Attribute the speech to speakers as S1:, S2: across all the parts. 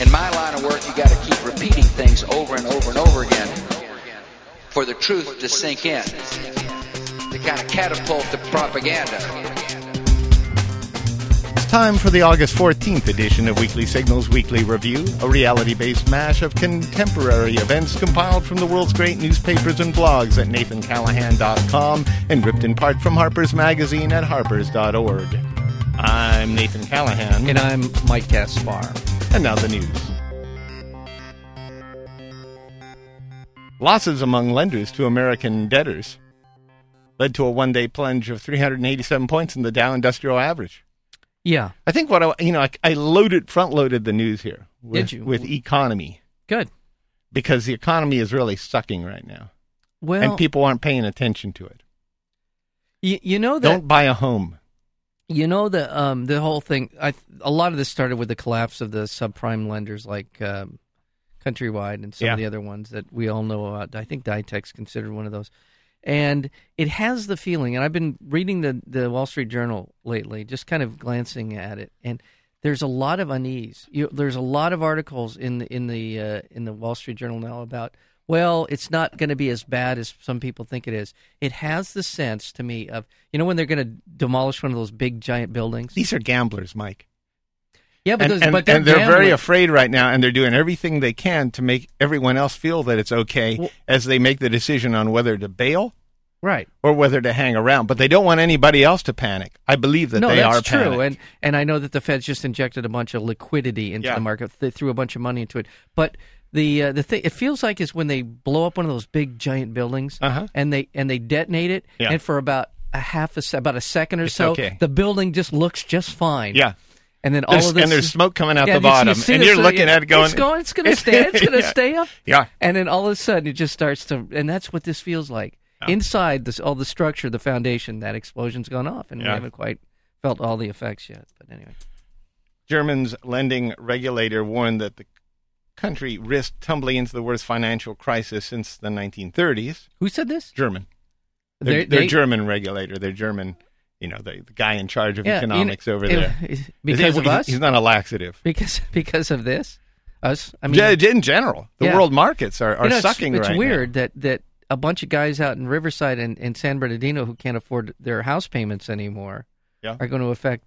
S1: In my line of work, you got to keep repeating things over and over and over again for the truth to sink in, to kind of catapult the propaganda.
S2: It's time for the August 14th edition of Weekly Signals Weekly Review, a reality based mash of contemporary events compiled from the world's great newspapers and blogs at nathancallahan.com and ripped in part from Harper's Magazine at harpers.org. I'm Nathan Callahan.
S3: And I'm Mike Gaspar.
S2: And now the news. Losses among lenders to American debtors led to a one day plunge of 387 points in the Dow Industrial Average.
S3: Yeah.
S2: I think what I, you know, I, I loaded, front loaded the news here with,
S3: Did you?
S2: with economy
S3: Good.
S2: because the economy is really sucking right now
S3: Well,
S2: and people aren't paying attention to it.
S3: y- you know that
S2: Don't buy a home.
S3: you know the um the whole thing. I a lot of this started with the collapse of the subprime lenders like um, Countrywide and some
S2: Yeah.
S3: of the other ones that we all know about. I think Ditech's considered one of those. And it has the feeling, and I've been reading the the Wall Street Journal lately, just kind of glancing at it, and there's a lot of unease. You, there's a lot of articles in the in the uh, in the Wall Street Journal now about well, it's not going to be as bad as some people think it is. It has the sense to me of you know when they're going to demolish one of those big giant buildings.
S2: These are gamblers, Mike.
S3: Yeah, but
S2: and,
S3: those,
S2: and-
S3: but they're,
S2: and they're very
S3: gambling.
S2: afraid right now, and they're doing everything they can to make everyone else feel that it's okay
S3: Well-
S2: as they make the decision on whether to bail
S3: right.
S2: or whether to hang around. But they don't want anybody else to panic. I believe that
S3: no,
S2: they
S3: that's
S2: are
S3: true,
S2: panicked.
S3: and and I know that the Fed's just injected a bunch of liquidity into
S2: Yeah.
S3: the market. They threw a bunch of money into it, but the uh, the thing it feels like is when they blow up one of those big giant buildings
S2: Uh-huh.
S3: and they and they detonate it,
S2: Yeah.
S3: and for about a half a se- about a second or so,
S2: okay.
S3: the building just looks just fine.
S2: yeah.
S3: and then all
S2: There's,
S3: of this
S2: and there's
S3: is-
S2: smoke coming out
S3: Yeah,
S2: the
S3: you see- you
S2: bottom,
S3: see
S2: and
S3: this,
S2: you're
S3: uh,
S2: looking at it going,
S3: It's going. It's going to stay. It's going to
S2: Yeah.
S3: stay up.
S2: Yeah.
S3: And then all of a sudden, it just starts to, and that's what this feels like. Inside this, all the structure, the foundation, that explosion's gone off, and we
S2: Yeah.
S3: haven't quite felt all the effects yet. But anyway,
S2: German's lending regulator warned that the country risked tumbling into the worst financial crisis since the 1930s.
S3: who said this?
S2: German. They're,
S3: They-
S2: they're
S3: they-
S2: German regulator. They're German, you know, the, the guy in charge of
S3: Yeah, you know,
S2: economics over
S3: it-
S2: there.
S3: because
S2: He-
S3: of
S2: he's,
S3: us.
S2: He's not a laxative.
S3: because because of this, us. I mean,
S2: Yeah, in general, the
S3: Yeah.
S2: world markets are, are
S3: you know, it's-
S2: sucking
S3: It's,
S2: right now.
S3: weird that that a bunch of guys out in Riverside and, and San Bernardino who can't afford their house payments anymore
S2: Yeah.
S3: are going to affect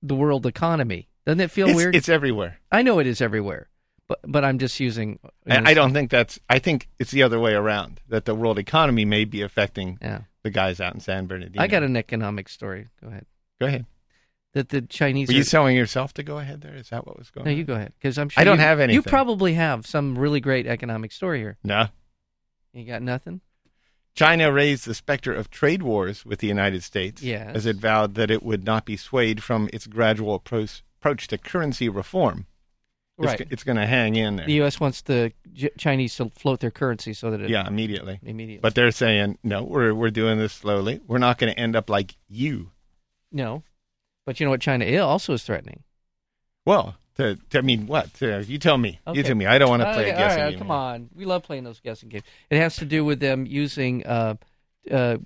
S3: the world economy. Doesn't it feel
S2: It's,
S3: weird?
S2: it's everywhere.
S3: I know it is everywhere, but but I'm just using.
S2: And I don't think that's. I think it's the other way around. That the world economy may be affecting
S3: Yeah,
S2: the guys out in San Bernardino.
S3: I got an economic story. Go ahead.
S2: go ahead.
S3: That the Chinese.
S2: Were you
S3: are-
S2: telling yourself to go ahead there? Is that what was going?
S3: no,
S2: on?
S3: you go ahead because I'm sure
S2: I don't
S3: you-
S2: have
S3: You
S2: anything.
S3: probably have some really great economic story here.
S2: No.
S3: You got nothing.
S2: China raised the specter of trade wars with the United States
S3: Yes.
S2: as it vowed that it would not be swayed from its gradual approach, approach to currency reform. It's
S3: Right.
S2: g- It's, going to hang in there.
S3: The U.S. wants the J- Chinese to float their currency so that it
S2: yeah, immediately.
S3: immediately.
S2: But they're saying, no, we're, we're doing this slowly. We're not going to end up like you.
S3: no, but you know what? China i- also is threatening.
S2: Well, to, to I mean, what? To, you tell me.
S3: Okay.
S2: You tell me. I don't want to play
S3: Okay,
S2: a
S3: all
S2: guessing
S3: right,
S2: game.
S3: Come
S2: here.
S3: on, we love playing those guessing games. It has to do with them using uh, uh,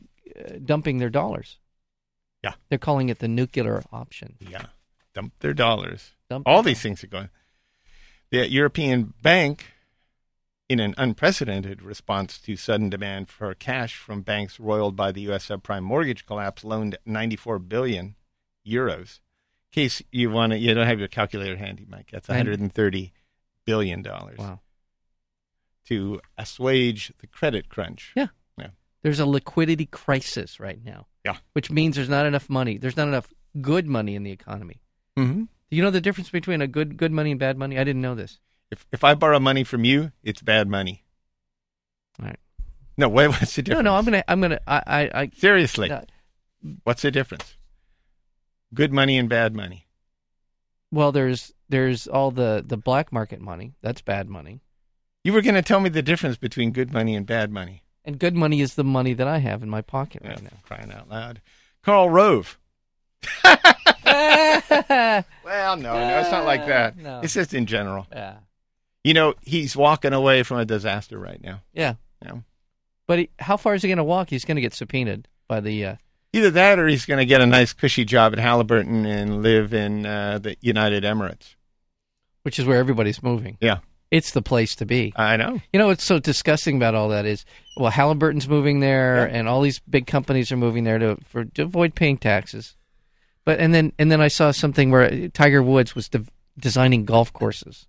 S3: dumping their dollars.
S2: Yeah.
S3: they're calling it the nuclear option.
S2: Yeah. Dump their dollars.
S3: Dump
S2: All
S3: their
S2: these things are going. The European Bank, in an unprecedented response to sudden demand for cash from banks roiled by the U.S. subprime mortgage collapse, loaned 94 billion euros. In case you want to, you don't have your calculator handy, Mike. That's
S3: Nine-
S2: 130 billion dollars
S3: Wow.
S2: to assuage the credit crunch.
S3: Yeah.
S2: Yeah.
S3: There's a liquidity crisis right now,
S2: Yeah.
S3: which means there's not enough money. There's not enough good money in the economy.
S2: Mm-hmm.
S3: Do you know the difference between a good good money and bad money? I didn't know this.
S2: If if I borrow money from you, it's bad money.
S3: All right.
S2: No, what, what's the difference?
S3: No, no, I'm gonna, I'm gonna, I, I, I
S2: seriously.
S3: no.
S2: What's the difference? Good money and bad money.
S3: well, there's there's all the the black market money. That's bad money,
S2: You were going to tell me the difference between good money and bad money.
S3: and good money is the money that I have in my pocket right
S2: Yeah, Crying out loud. Carl Rove.
S3: now.
S2: Well, no, no, it's not like that.
S3: Uh, no.
S2: It's just in general.
S3: yeah,
S2: You know, he's walking away from a disaster right now.
S3: yeah.
S2: You know?
S3: But he, how far is he gonna walk? He's gonna get subpoenaed by the. Uh,
S2: Either that or he's going to get a nice cushy job at Halliburton and live in uh, the United Emirates.
S3: which is where everybody's moving.
S2: Yeah,
S3: It's the place to be.
S2: I know.
S3: You know what's so disgusting about all that is, well, Halliburton's moving there, and all these big companies are moving there to for to avoid paying taxes. But and then and then I saw something where Tiger Woods was de- designing golf courses.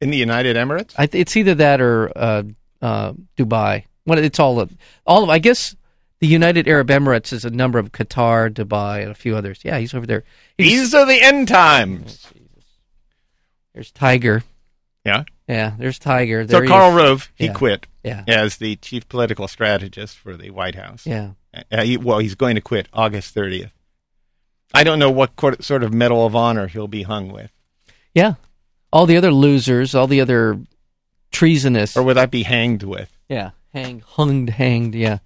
S2: In the United Emirates,
S3: I th- it's either that or uh, uh, Dubai. What it's all of all of I guess the United Arab Emirates is a number of Qatar, Dubai, and a few others. Yeah, he's over there. He's,
S2: these are the end times.
S3: there's Tiger.
S2: Yeah.
S3: Yeah, there's Tiger. There
S2: So
S3: he
S2: Karl
S3: is.
S2: Rove, he
S3: Yeah.
S2: quit
S3: Yeah,
S2: as the chief political strategist for the White House.
S3: yeah.
S2: Uh, he, well, he's going to quit August 30th. I don't know what court, sort of Medal of Honor he'll be hung with,
S3: Yeah. All the other losers, all the other treasonous.
S2: or would that be hanged with?
S3: yeah. Hang, hunged, hanged. Yeah.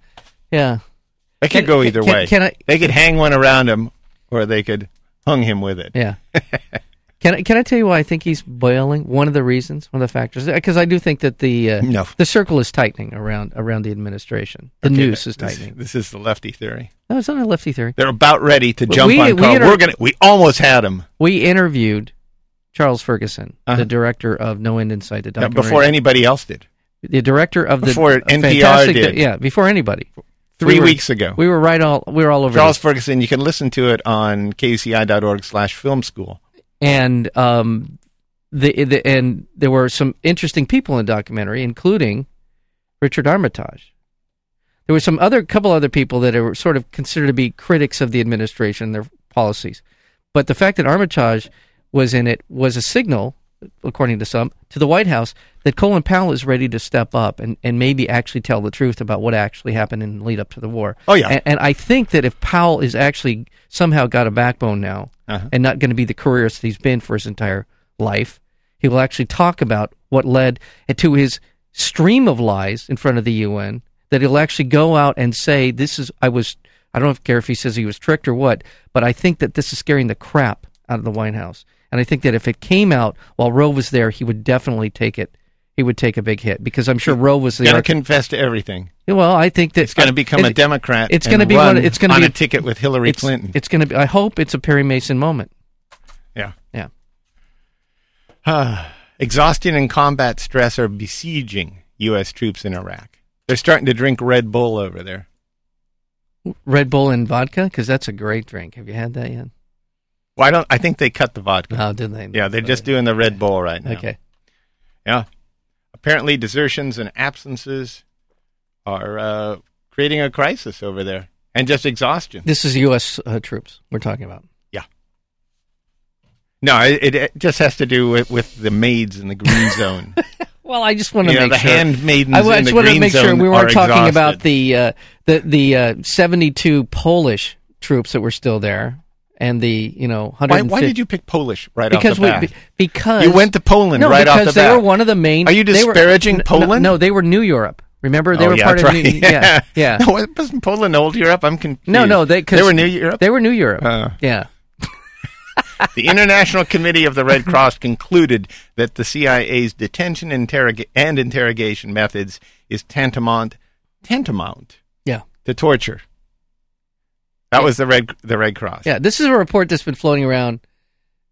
S3: Yeah.
S2: They could
S3: Can-
S2: go either
S3: can-
S2: way.
S3: can I-
S2: They could hang one around him, or they could hung him with it.
S3: Yeah. can, I, can I tell you why I think he's boiling? One of the reasons, one of the factors. Because I do think that the uh,
S2: No.
S3: the circle is tightening around around the administration. The
S2: Okay,
S3: noose is
S2: this-
S3: tightening.
S2: This, is the lefty theory.
S3: No, it's not a lefty theory.
S2: They're about ready to
S3: But
S2: jump
S3: we-
S2: on
S3: we
S2: Carl.
S3: inter-
S2: We're gonna. We almost had him
S3: We interviewed Charles Ferguson,
S2: Uh-huh.
S3: the director of No End in Sight, the
S2: uh,
S3: documentary.
S2: before anybody else did.
S3: the director of the
S2: Before NPR
S3: fantastic-
S2: did.
S3: yeah, before anybody.
S2: Three
S3: We were-
S2: weeks ago,
S3: We were right all we were all over
S2: Charles
S3: this.
S2: Ferguson. You can listen to it on kci.org/slash film school.
S3: and um, the, the and there were some interesting people in the documentary, including Richard Armitage. There were some other couple other people that are sort of considered to be critics of the administration and their policies, but the fact that Armitage was in it was a signal, according to some, to the White House that Colin Powell is ready to step up and, and maybe actually tell the truth about what actually happened in the lead up to the war.
S2: Oh, yeah.
S3: and, and I think that if Powell is actually somehow got a backbone now,
S2: Uh-huh.
S3: and not going to be the careerist he's been for his entire life. He will actually talk about what led to his stream of lies in front of the UN. That he'll actually go out and say, "This is I was." I don't care if he says he was tricked or what, but I think that this is scaring the crap out of the White House. And I think that if it came out while Roe was there, he would definitely take it. He would take a big hit because I'm sure Roe was the.
S2: Got to
S3: arch-
S2: confess to everything.
S3: well, I think that
S2: It's going to become a
S3: it-
S2: Democrat.
S3: It's
S2: going to
S3: be one. It's going to
S2: on
S3: be
S2: a ticket with Hillary
S3: it's-
S2: Clinton.
S3: It's going to be. I hope it's a Perry Mason moment.
S2: yeah.
S3: Yeah.
S2: Exhaustion and combat stress are besieging U.S. troops in Iraq. They're starting to drink Red Bull over there.
S3: Red Bull and vodka because that's a great drink. Have you had that yet?
S2: Why don't I think they cut the vodka?
S3: No, didn't they?
S2: yeah, they're just doing the Red Bull right now.
S3: Uh-huh. Okay.
S2: Yeah. Apparently, desertions and absences are uh, creating a crisis over there, and just exhaustion.
S3: This is U.S. Uh, troops we're talking about.
S2: No, it, it just has to do with, with the maids in the green zone.
S3: Well, I just want to
S2: You know,
S3: make
S2: the
S3: sure.
S2: handmaidens
S3: I,
S2: in
S3: I just
S2: the
S3: wanted to
S2: green
S3: make sure
S2: zone
S3: we weren't
S2: are
S3: talking
S2: exhausted.
S3: about the uh, the the uh, seventy-two Polish troops that were still there and the you know hundred.
S2: Why, why did you pick Polish right
S3: Because
S2: off the bat?
S3: we be- because
S2: You went to Poland
S3: no,
S2: right off
S3: because
S2: the
S3: they
S2: bat.
S3: were one of the main.
S2: Are you
S3: they were-
S2: disparaging
S3: n- n-
S2: Poland?
S3: No, they were New Europe. Remember, they
S2: Oh,
S3: were
S2: yeah,
S3: part
S2: that's
S3: of
S2: right.
S3: New. Yeah, yeah.
S2: No, it wasn't Poland old Europe. I'm confused.
S3: No, no, they cause
S2: they were New Europe.
S3: They were New Europe.
S2: Uh.
S3: yeah.
S2: the International Committee of the Red Cross concluded that the CIA's detention interrog- and interrogation methods is tantamount tantamount
S3: Yeah.
S2: to torture. That was the red the Red Cross.
S3: Yeah. This is a report that's been floating around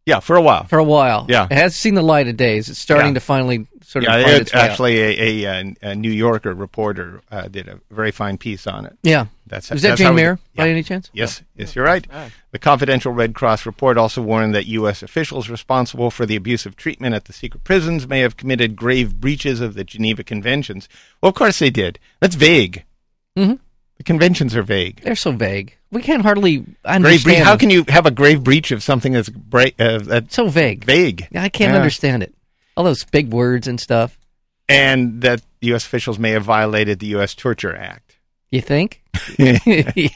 S2: Yeah, for a while.
S3: for a while.
S2: Yeah.
S3: It has seen the light of days. It's starting
S2: Yeah.
S3: to finally sort of
S2: yeah,
S3: find
S2: it-
S3: its way out.
S2: actually, a, a, uh, a New Yorker reporter uh, did a very fine piece on it.
S3: Yeah.
S2: That's
S3: Is that
S2: that's how
S3: Jane
S2: we-
S3: Mayer
S2: Yeah.
S3: by any chance?
S2: Yes, yes, you're right. The confidential Red Cross report also warned that U.S. officials responsible for the abusive treatment at the secret prisons may have committed grave breaches of the Geneva Conventions. Well, of course they did. That's vague.
S3: Mhm.
S2: The conventions are vague.
S3: They're so vague. We can't hardly
S2: Grave
S3: understand.
S2: breach. How
S3: them.
S2: can you have a grave breach of something that's bra- uh, that's
S3: so vague?
S2: vague?
S3: Yeah, I can't
S2: Yeah.
S3: understand it. All those big words and stuff.
S2: And that U.S. officials may have violated the U.S. Torture Act.
S3: You think? yeah,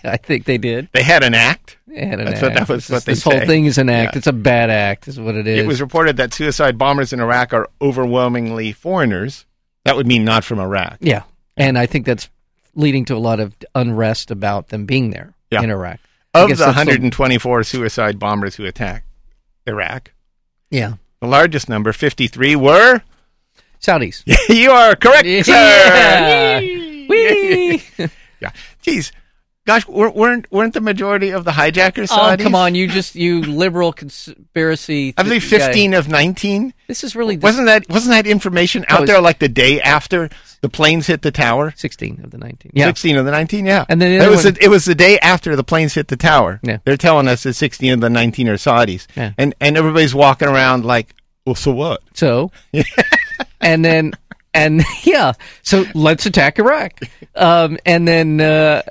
S3: I think they did.
S2: They had an act.
S3: They had an
S2: That's
S3: act.
S2: what- that was
S3: this
S2: what they
S3: this
S2: say.
S3: whole thing is an act.
S2: Yeah.
S3: It's a bad act, is what it is.
S2: It was reported that suicide bombers in Iraq are overwhelmingly foreigners. That would mean not from Iraq.
S3: yeah, and I think that's leading to a lot of unrest about them being there
S2: Yeah.
S3: in Iraq. I
S2: Of
S3: guess
S2: the
S3: that's
S2: 124 suicide bombers who attacked Iraq,
S3: yeah,
S2: the largest number, 53, were.
S3: Saudis.
S2: you are correct, sir.
S3: Yeah. Whee!
S2: Yeah. Geez, Gosh, wer- weren't weren't the majority of the hijackers
S3: Oh,
S2: Saudis?
S3: come on, you just you liberal conspiracy.
S2: I believe
S3: th- guy.
S2: fifteen of nineteen.
S3: This Oh, is really dis-
S2: Wasn't that wasn't that information out
S3: it's-
S2: there like the day after the planes hit the tower?
S3: sixteen of the nineteen. Yeah,
S2: Sixteen of the nineteen, yeah.
S3: And then the
S2: it
S3: other
S2: was
S3: one-
S2: the, it was the day after the planes hit the tower.
S3: Yeah.
S2: They're telling us that sixteen of the nineteen are Saudis.
S3: Yeah.
S2: And and everybody's walking around like, Well so what?
S3: so and then and yeah so let's attack iraq um and then uh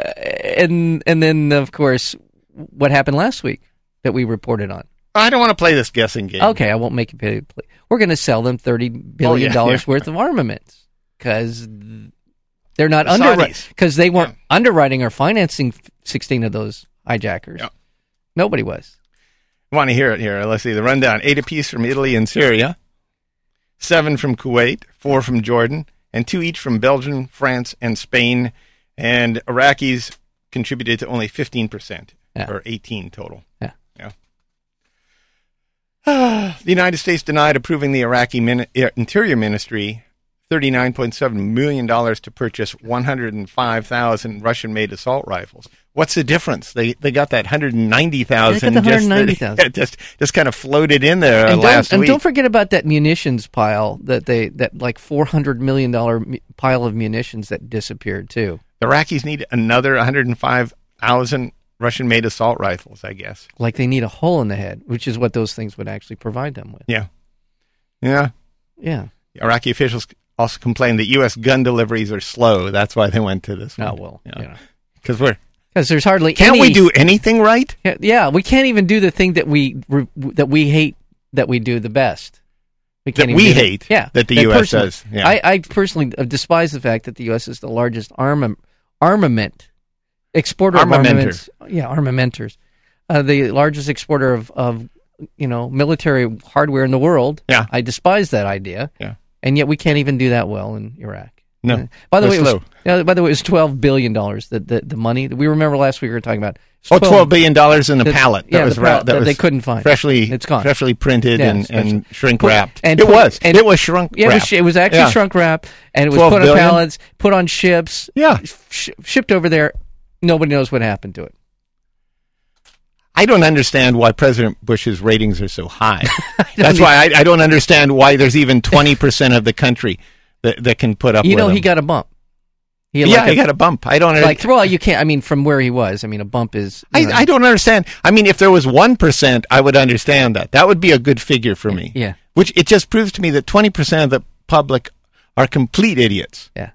S3: and and then of course what happened last week that we reported on
S2: I don't want to play this guessing game.
S3: okay i won't make you pay play. we're going to sell them 30 billion
S2: Oh, yeah, yeah.
S3: dollars worth of armaments cuz they're not
S2: The
S3: under
S2: Saudis.
S3: cuz they weren't underwriting or financing 16 of those hijackers
S2: Yeah.
S3: nobody was
S2: Want to hear it here? Let's see the rundown: eight apiece from Italy and Syria, seven from Kuwait, four from Jordan, and two each from Belgium, France, and Spain. And Iraqis contributed to only fifteen percent,
S3: Yeah.
S2: or eighteen total.
S3: Yeah.
S2: the United States denied approving the Iraqi min- uh, Interior Ministry. $39.7 million to purchase 105,000 Russian made assault rifles. What's the difference? They they got that 190,000
S3: They got the
S2: just,
S3: 190,000.
S2: just just kind of floated in there
S3: and
S2: Uh, last
S3: don't, and
S2: week.
S3: don't forget about that munitions pile that they that like four hundred million dollar mu- pile of munitions that disappeared too.
S2: the Iraqis need another 105,000 Russian made assault rifles, I guess.
S3: Like they need a hole in the head, which is what those things would actually provide them with.
S2: Yeah. Yeah.
S3: Yeah.
S2: Iraqi officials also complained that U.S. gun deliveries are slow. That's why they went to this one.
S3: Oh well. Yeah.
S2: Because we're.
S3: Because there's hardly
S2: Can't we
S3: any-
S2: do anything right?
S3: Yeah, Yeah, we can't even do the thing that we re- that we hate that we do the best. We
S2: That
S3: even
S2: we
S3: do it.
S2: hate
S3: Yeah,
S2: that the US
S3: personally-
S2: does. Yeah.
S3: I, I personally uh, despise the fact that the U.S. is the largest armam- armament exporter of
S2: Armamenter.
S3: armaments. Yeah, armamenters, uh, the largest exporter of, of you know military hardware in the world.
S2: Yeah.
S3: I despise that idea,
S2: Yeah.
S3: and yet we can't even do that well in Iraq.
S2: No.
S3: Uh, by the
S2: We're
S3: way, it was,
S2: slow.
S3: yeah, by the way, it was twelve billion dollars. The, the the money that we remember last week we were talking about. It's
S2: Oh, $12 billion dollars in a
S3: that-
S2: pallet. That
S3: yeah,
S2: was
S3: the
S2: ra-
S3: pallet that
S2: was
S3: they couldn't find.
S2: Freshly,
S3: It's gone.
S2: Freshly printed
S3: Yeah,
S2: and,
S3: it's fresh-
S2: and shrink
S3: Put-
S2: wrapped.
S3: and
S2: it
S3: put-
S2: was.
S3: and-
S2: it was shrunk
S3: Yeah, it was,
S2: wrapped.
S3: sh- it was actually
S2: Yeah.
S3: shrunk wrap, and it was
S2: 12
S3: put on
S2: billion?
S3: pallets, put on ships,
S2: Yeah.
S3: sh- shipped over there. Nobody knows what happened to it.
S2: I don't understand why President Bush's ratings are so high. That's why I, I don't understand why there's even 20% of the country that, that can put up
S3: You
S2: with
S3: know, he
S2: him.
S3: got a bump. He had
S2: yeah,
S3: like
S2: he got a bump. I don't
S3: a, like
S2: understand.
S3: well, you can't. I mean, from where he was, I mean, a bump is. you know,
S2: I, I don't understand. I mean, if there was 1%, I would understand that. That would be a good figure for me.
S3: Yeah.
S2: Which it just proves to me that 20% of the public are complete idiots.
S3: yeah.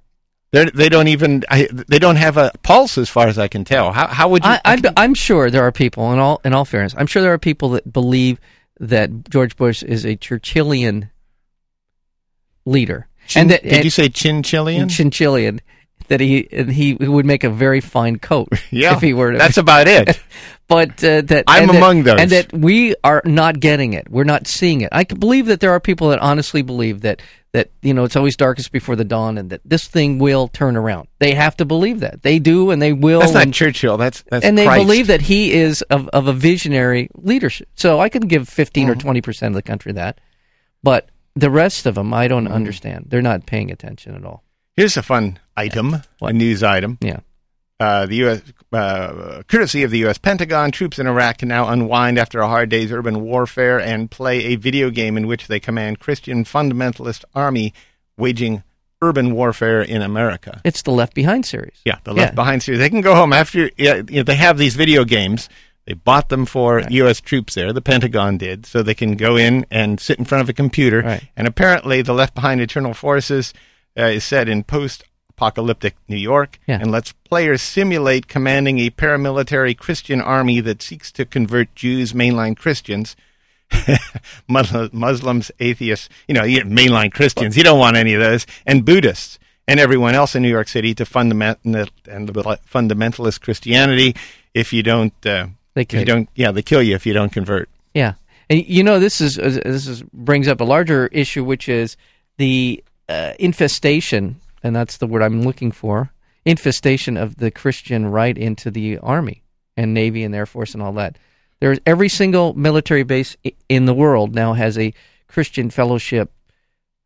S2: They're, they don't even, I, they don't have a pulse as far as I can tell. How, how would you?
S3: I, I'm, I'm sure there are people, in all in all fairness, I'm sure there are people that believe that George Bush is a Churchillian leader,
S2: Chin-
S3: and that
S2: did
S3: and,
S2: you say chinchillian?
S3: Chinchillian, that he and he would make a very fine coat
S2: yeah.
S3: if he were to.
S2: That's about it.
S3: but uh, that
S2: I'm
S3: and that-
S2: among those.
S3: and that we are not getting it. We're not seeing it. I can believe that there are people that honestly believe that that you know it's always darkest before the dawn, and that this thing will turn around. They have to believe that they do, and they will.
S2: That's not
S3: and,
S2: Churchill. That's, that's
S3: Oh. and they
S2: Christ.
S3: believe that he is of, of a visionary leadership. So I can give 15 or
S2: Mm-hmm.
S3: twenty percent of the country that, but the rest of them I don't
S2: Mm-hmm.
S3: understand. They're not paying attention at all.
S2: Here's a fun item,
S3: What?
S2: a news item.
S3: Yeah.
S2: Uh, the U.S. Uh, courtesy of the U.S. Pentagon, troops in Iraq can now unwind after a hard day's urban warfare and play a video game in which they command Christian fundamentalist army waging urban warfare in America.
S3: It's the Left Behind series.
S2: Yeah, the Left Behind series. They can go home after yeah, you know, they have these video games. They bought them for U.S. troops there. The Pentagon did, so they can go in and sit in front of a computer.
S3: Right.
S2: And apparently, the Left Behind Eternal Forces uh, is set in post-apocalyptic New York
S3: Yeah.
S2: and lets players simulate commanding a paramilitary Christian army that seeks to convert Jews, mainline Christians. Muslim- Muslims, atheists, you know, you- mainline Christians, you don't want any of those, and Buddhists and everyone else in New York City to fundament and fundamentalist Christianity. If you don't, uh, if
S3: They
S2: you
S3: kill you.
S2: don't, yeah, they kill you if you don't convert.
S3: Yeah, and you know this is uh, this is brings up a larger issue, which is the uh, infestation, and that's the word I'm looking for: infestation of the Christian right into the army and navy and air force and all that. There's every single military base i- in the world now has a Christian fellowship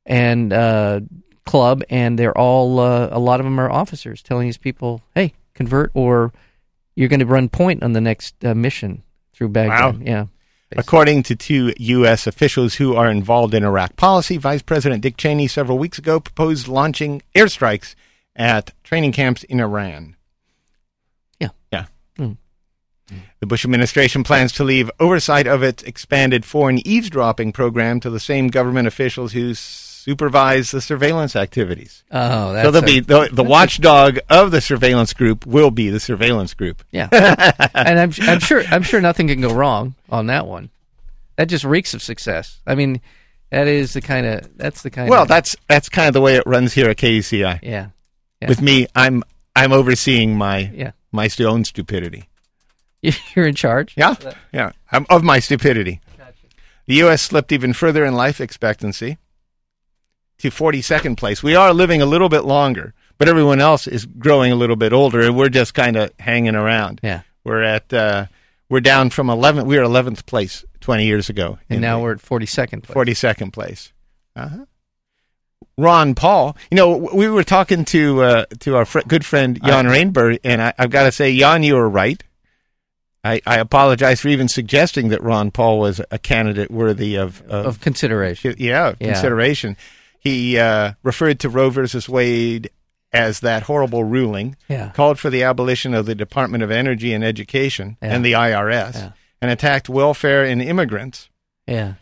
S3: and uh, club, and they're all uh, a lot of them are officers telling these people, "Hey, convert or you're going to run point on the next uh, mission through Baghdad.
S2: Wow.
S3: Yeah.
S2: According to two U.S. officials who are involved in Iraq policy, Vice President Dick Cheney several weeks ago proposed launching airstrikes at training camps in Iran.
S3: Yeah.
S2: Yeah.
S3: Mm.
S2: The Bush administration plans to leave oversight of its expanded foreign eavesdropping program to the same government officials who supervise the surveillance activities.
S3: Oh, that's
S2: so they'll
S3: a-
S2: be the, the watchdog of the surveillance group will be the surveillance group.
S3: yeah. and I'm I'm sure I'm sure nothing can go wrong on that one. That just reeks of success. I mean, that is the kind of that's the kind.
S2: Well,
S3: of,
S2: that's that's kind of the way it runs here at E KUCI.
S3: yeah, yeah.
S2: with me i'm i'm overseeing my
S3: Yeah.
S2: my st- own stupidity
S3: You're in charge.
S2: yeah yeah i'm of my stupidity the us slipped even further in life expectancy to 42nd place we are living a little bit longer but everyone else is growing a little bit older and we're just kind of hanging around
S3: Yeah.
S2: we're at uh we're down from 11 we were 11th place 20 years ago
S3: And
S2: in
S3: now
S2: the-
S3: we're at 42nd place.
S2: 42nd place. Uh-huh. Ron Paul. You know, w- we were talking to uh, to our fr- good friend Jan Rainberg, and I, I've got to say, Jan, you were right. I, I apologize for even suggesting that Ron Paul was a candidate worthy of, of,
S3: of consideration.
S2: yeah, of
S3: Yeah.
S2: consideration. He uh, referred to Roe versus Wade as that horrible ruling,
S3: Yeah.
S2: called for the abolition of the Department of Energy and Education
S3: Yeah.
S2: and the IRS,
S3: Yeah.
S2: and attacked welfare and immigrants.
S3: Yeah.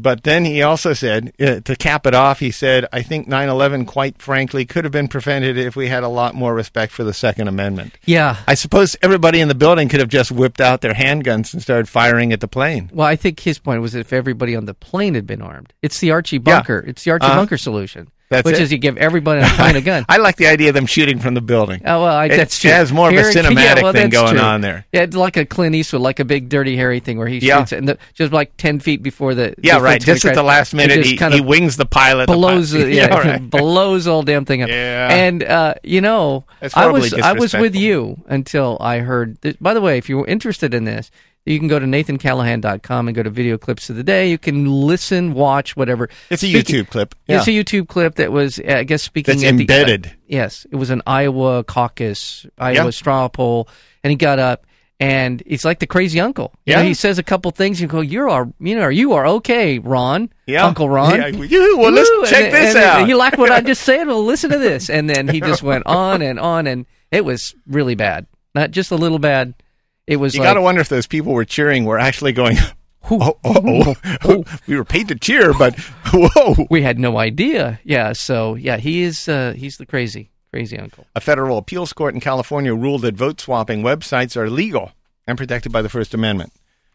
S2: But then he also said, uh, to cap it off, he said, I think 9 11, quite frankly, could have been prevented if we had a lot more respect for the Second Amendment.
S3: Yeah.
S2: I suppose everybody in the building could have just whipped out their handguns and started firing at the plane.
S3: Well, I think his point was if everybody on the plane had been armed. It's the Archie
S2: Yeah.
S3: Bunker. It's the Archie
S2: Uh-huh.
S3: Bunker solution,
S2: That's
S3: which
S2: it.
S3: is you give everybody on the plane a gun.
S2: I like the idea of them shooting from the building.
S3: Oh well, I,
S2: It
S3: that's true.
S2: has more of a
S3: Here-
S2: cinematic thing
S3: that's
S2: going on there.
S3: Yeah, it's like a Clint Eastwood, like a big Dirty Harry thing where he
S2: Yeah.
S3: shoots it and the, just like ten feet before the
S2: Yeah,
S3: before
S2: right.
S3: it's gonna
S2: Just at
S3: crash.
S2: the last
S3: It
S2: minute,
S3: just
S2: he,
S3: kind
S2: he
S3: of
S2: wings the pilot. the
S3: blows
S2: pilot.
S3: the yeah,
S2: right.
S3: blows the whole damn thing up.
S2: Yeah.
S3: And uh, you know,
S2: That's
S3: I
S2: horribly
S3: was I was with
S2: disrespectful.
S3: you until I heard. Th- by the way, if you were interested in this, you can go to nathancallahan.com and go to video clips of the day. You can listen, watch, whatever.
S2: It's a YouTube clip.
S3: It's a YouTube clip that was, uh, I guess, speaking
S2: That's
S3: at the-
S2: embedded.
S3: yes, it was an Iowa caucus, Iowa
S2: Yeah.
S3: straw poll, and he got up. And he's like the crazy uncle. You know,
S2: Yeah.
S3: he says a couple things. You go, you are, you know, you are okay, Ron.
S2: Yeah.
S3: Uncle Ron.
S2: Yeah. Yoo-hoo, Well,
S3: Woo!
S2: let's check
S3: And-
S2: this
S3: and
S2: out.
S3: You like what I just said? Well, listen to this. And then he just went on and on, and it was really bad. Not just a little bad. It was
S2: You
S3: like,
S2: got to wonder if those people were cheering were actually going, oh, oh,
S3: oh.
S2: oh. we were paid to cheer, but whoa.
S3: we had no idea. Yeah. So yeah, he is. Uh, he's the crazy, crazy uncle.
S2: A federal appeals court in California ruled that vote swapping websites are legal and protected by the First Amendment.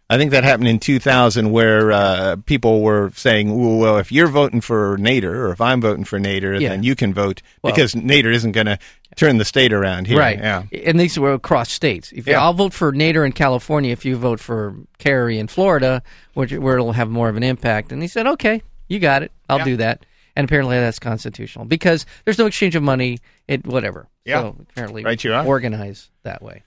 S2: I think that happened in 2000, where uh, people were saying, "Ooh, well, if you're voting for Nader or if I'm voting for Nader,
S3: Yeah.
S2: then you can vote
S3: Well-
S2: because Nader isn't going to turn the state around here.
S3: Right.
S2: Yeah.
S3: And these were across states. If you
S2: Yeah.
S3: I'll vote for Nader in California, if you vote for Kerry in Florida, which where it'll have more of an impact. And he said, "Okay, you got it. I'll do that." And apparently that's constitutional because there's no exchange of money. It whatever.
S2: Yeah.
S3: So apparently,
S2: Right you are.
S3: organize that way.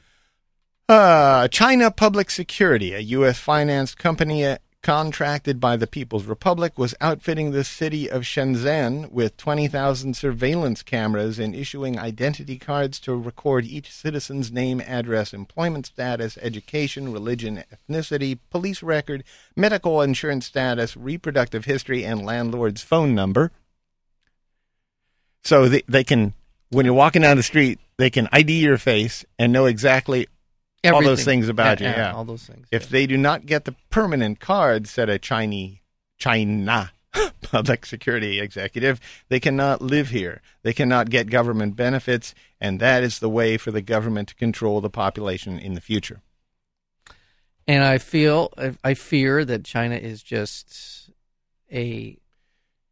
S2: Uh, China Public Security, a U.S. financed company uh, contracted by the People's Republic, was outfitting the city of Shenzhen with 20,000 surveillance cameras and issuing identity cards to record each citizen's name, address, employment status, education, religion, ethnicity, police record, medical insurance status, reproductive history, and landlord's phone number. So they, they can, when you're walking down the street, they can ID your face and know exactly all those
S3: Everything.
S2: things about you, yeah.
S3: all those things.
S2: if they do not get the permanent card, said a Chinese China public security executive, they cannot live here. They cannot get government benefits, and that is the way for the government to control the population in the future.
S3: And I feel, I fear that China is just a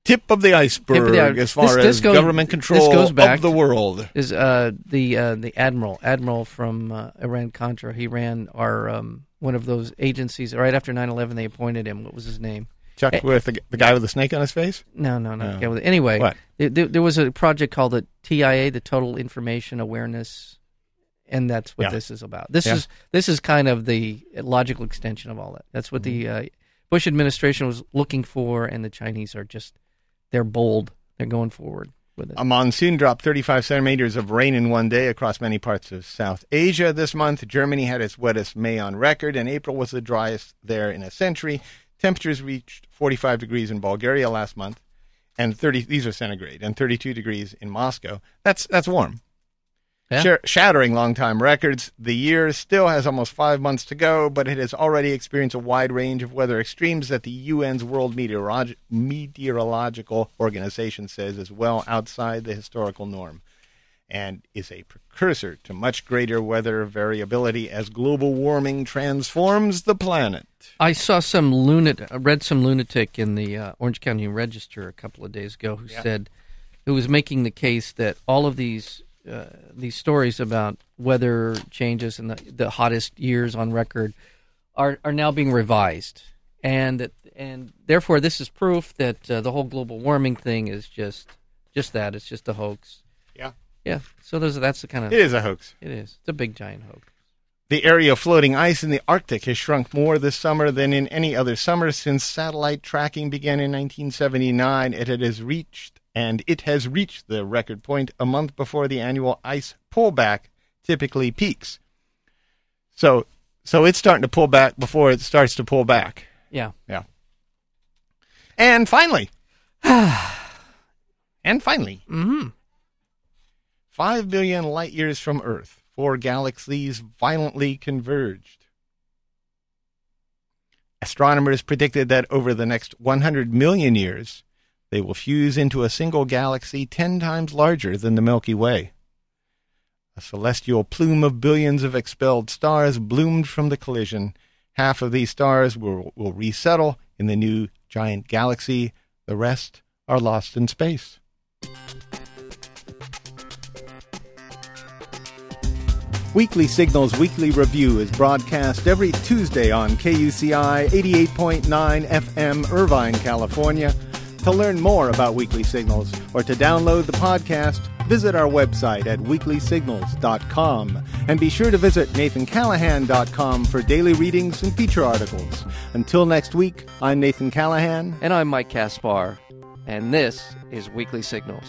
S2: Tip of the iceberg
S3: iceberg.
S2: as far
S3: This- this
S2: as
S3: goes-
S2: government
S3: this
S2: control
S3: goes back
S2: of the world.
S3: is uh, the uh, the admiral admiral from uh, Iran Contra. He ran our um, one of those agencies right after 9-11, They appointed him. What was his name?
S2: Chuck with the, the guy with the snake on his face?
S3: No, no, no.
S2: No.
S3: Okay, well, anyway,
S2: What?
S3: There, there- there was a project called the TIA, the Total Information Awareness, and that's what
S2: Yeah.
S3: this is about. This
S2: Yeah.
S3: is this is kind of the logical extension of all that. That's what
S2: Mm-hmm.
S3: the uh, Bush administration was looking for, and the Chinese are just they're bold. They're going forward. with it.
S2: A monsoon dropped 35 centimeters of rain in one day across many parts of South Asia this month. Germany had its wettest May on record, and April was the driest there in a century. Temperatures reached 45 degrees in Bulgaria last month, and 30 these are centigrade, and 32 degrees in Moscow. That's that's warm.
S3: Yeah.
S2: Sha- shattering longtime records. The year still has almost five months to go, but it has already experienced a wide range of weather extremes that the UN's World Meteorolog- Meteorological Organization says is well outside the historical norm and is a precursor to much greater weather variability as global warming transforms the planet.
S3: I saw some lunatic, read some lunatic in the uh, Orange County Register a couple of days ago who said, who was making the case that all of these uh, these stories about weather changes and the, the hottest years on record are are now being revised, and that and therefore this is proof that uh, the whole global warming thing is just just that it's just a hoax.
S2: Yeah.
S3: Yeah. So those are, that's the kind of
S2: It is a hoax.
S3: it is. It's a big giant hoax.
S2: The area of floating ice in the Arctic has shrunk more this summer than in any other summer since satellite tracking began in 1979. It had- has reached, and it has reached the record point a month before the annual ice pullback typically peaks. So, so it's starting to pull back before it starts to pull back.
S3: Yeah.
S2: Yeah. And finally, and finally,
S3: Mm-hmm.
S2: Five billion light years from Earth, four galaxies violently converged. Astronomers predicted that over the next 100 million years, they will fuse into a single galaxy 10 times larger than the Milky Way. A celestial plume of billions of expelled stars bloomed from the collision. Half of these stars will, will resettle in the new giant galaxy, the rest are lost in space. Weekly Signals Weekly Review is broadcast every Tuesday on KUCI 88.9 FM, Irvine, California. To learn more about Weekly Signals or to download the podcast, visit our website at weeklysignals.com. And be sure to visit nathancallahan.com for daily readings and feature articles. Until next week, I'm Nathan Callahan.
S3: And I'm Mike Kaspar, and this is Weekly Signals.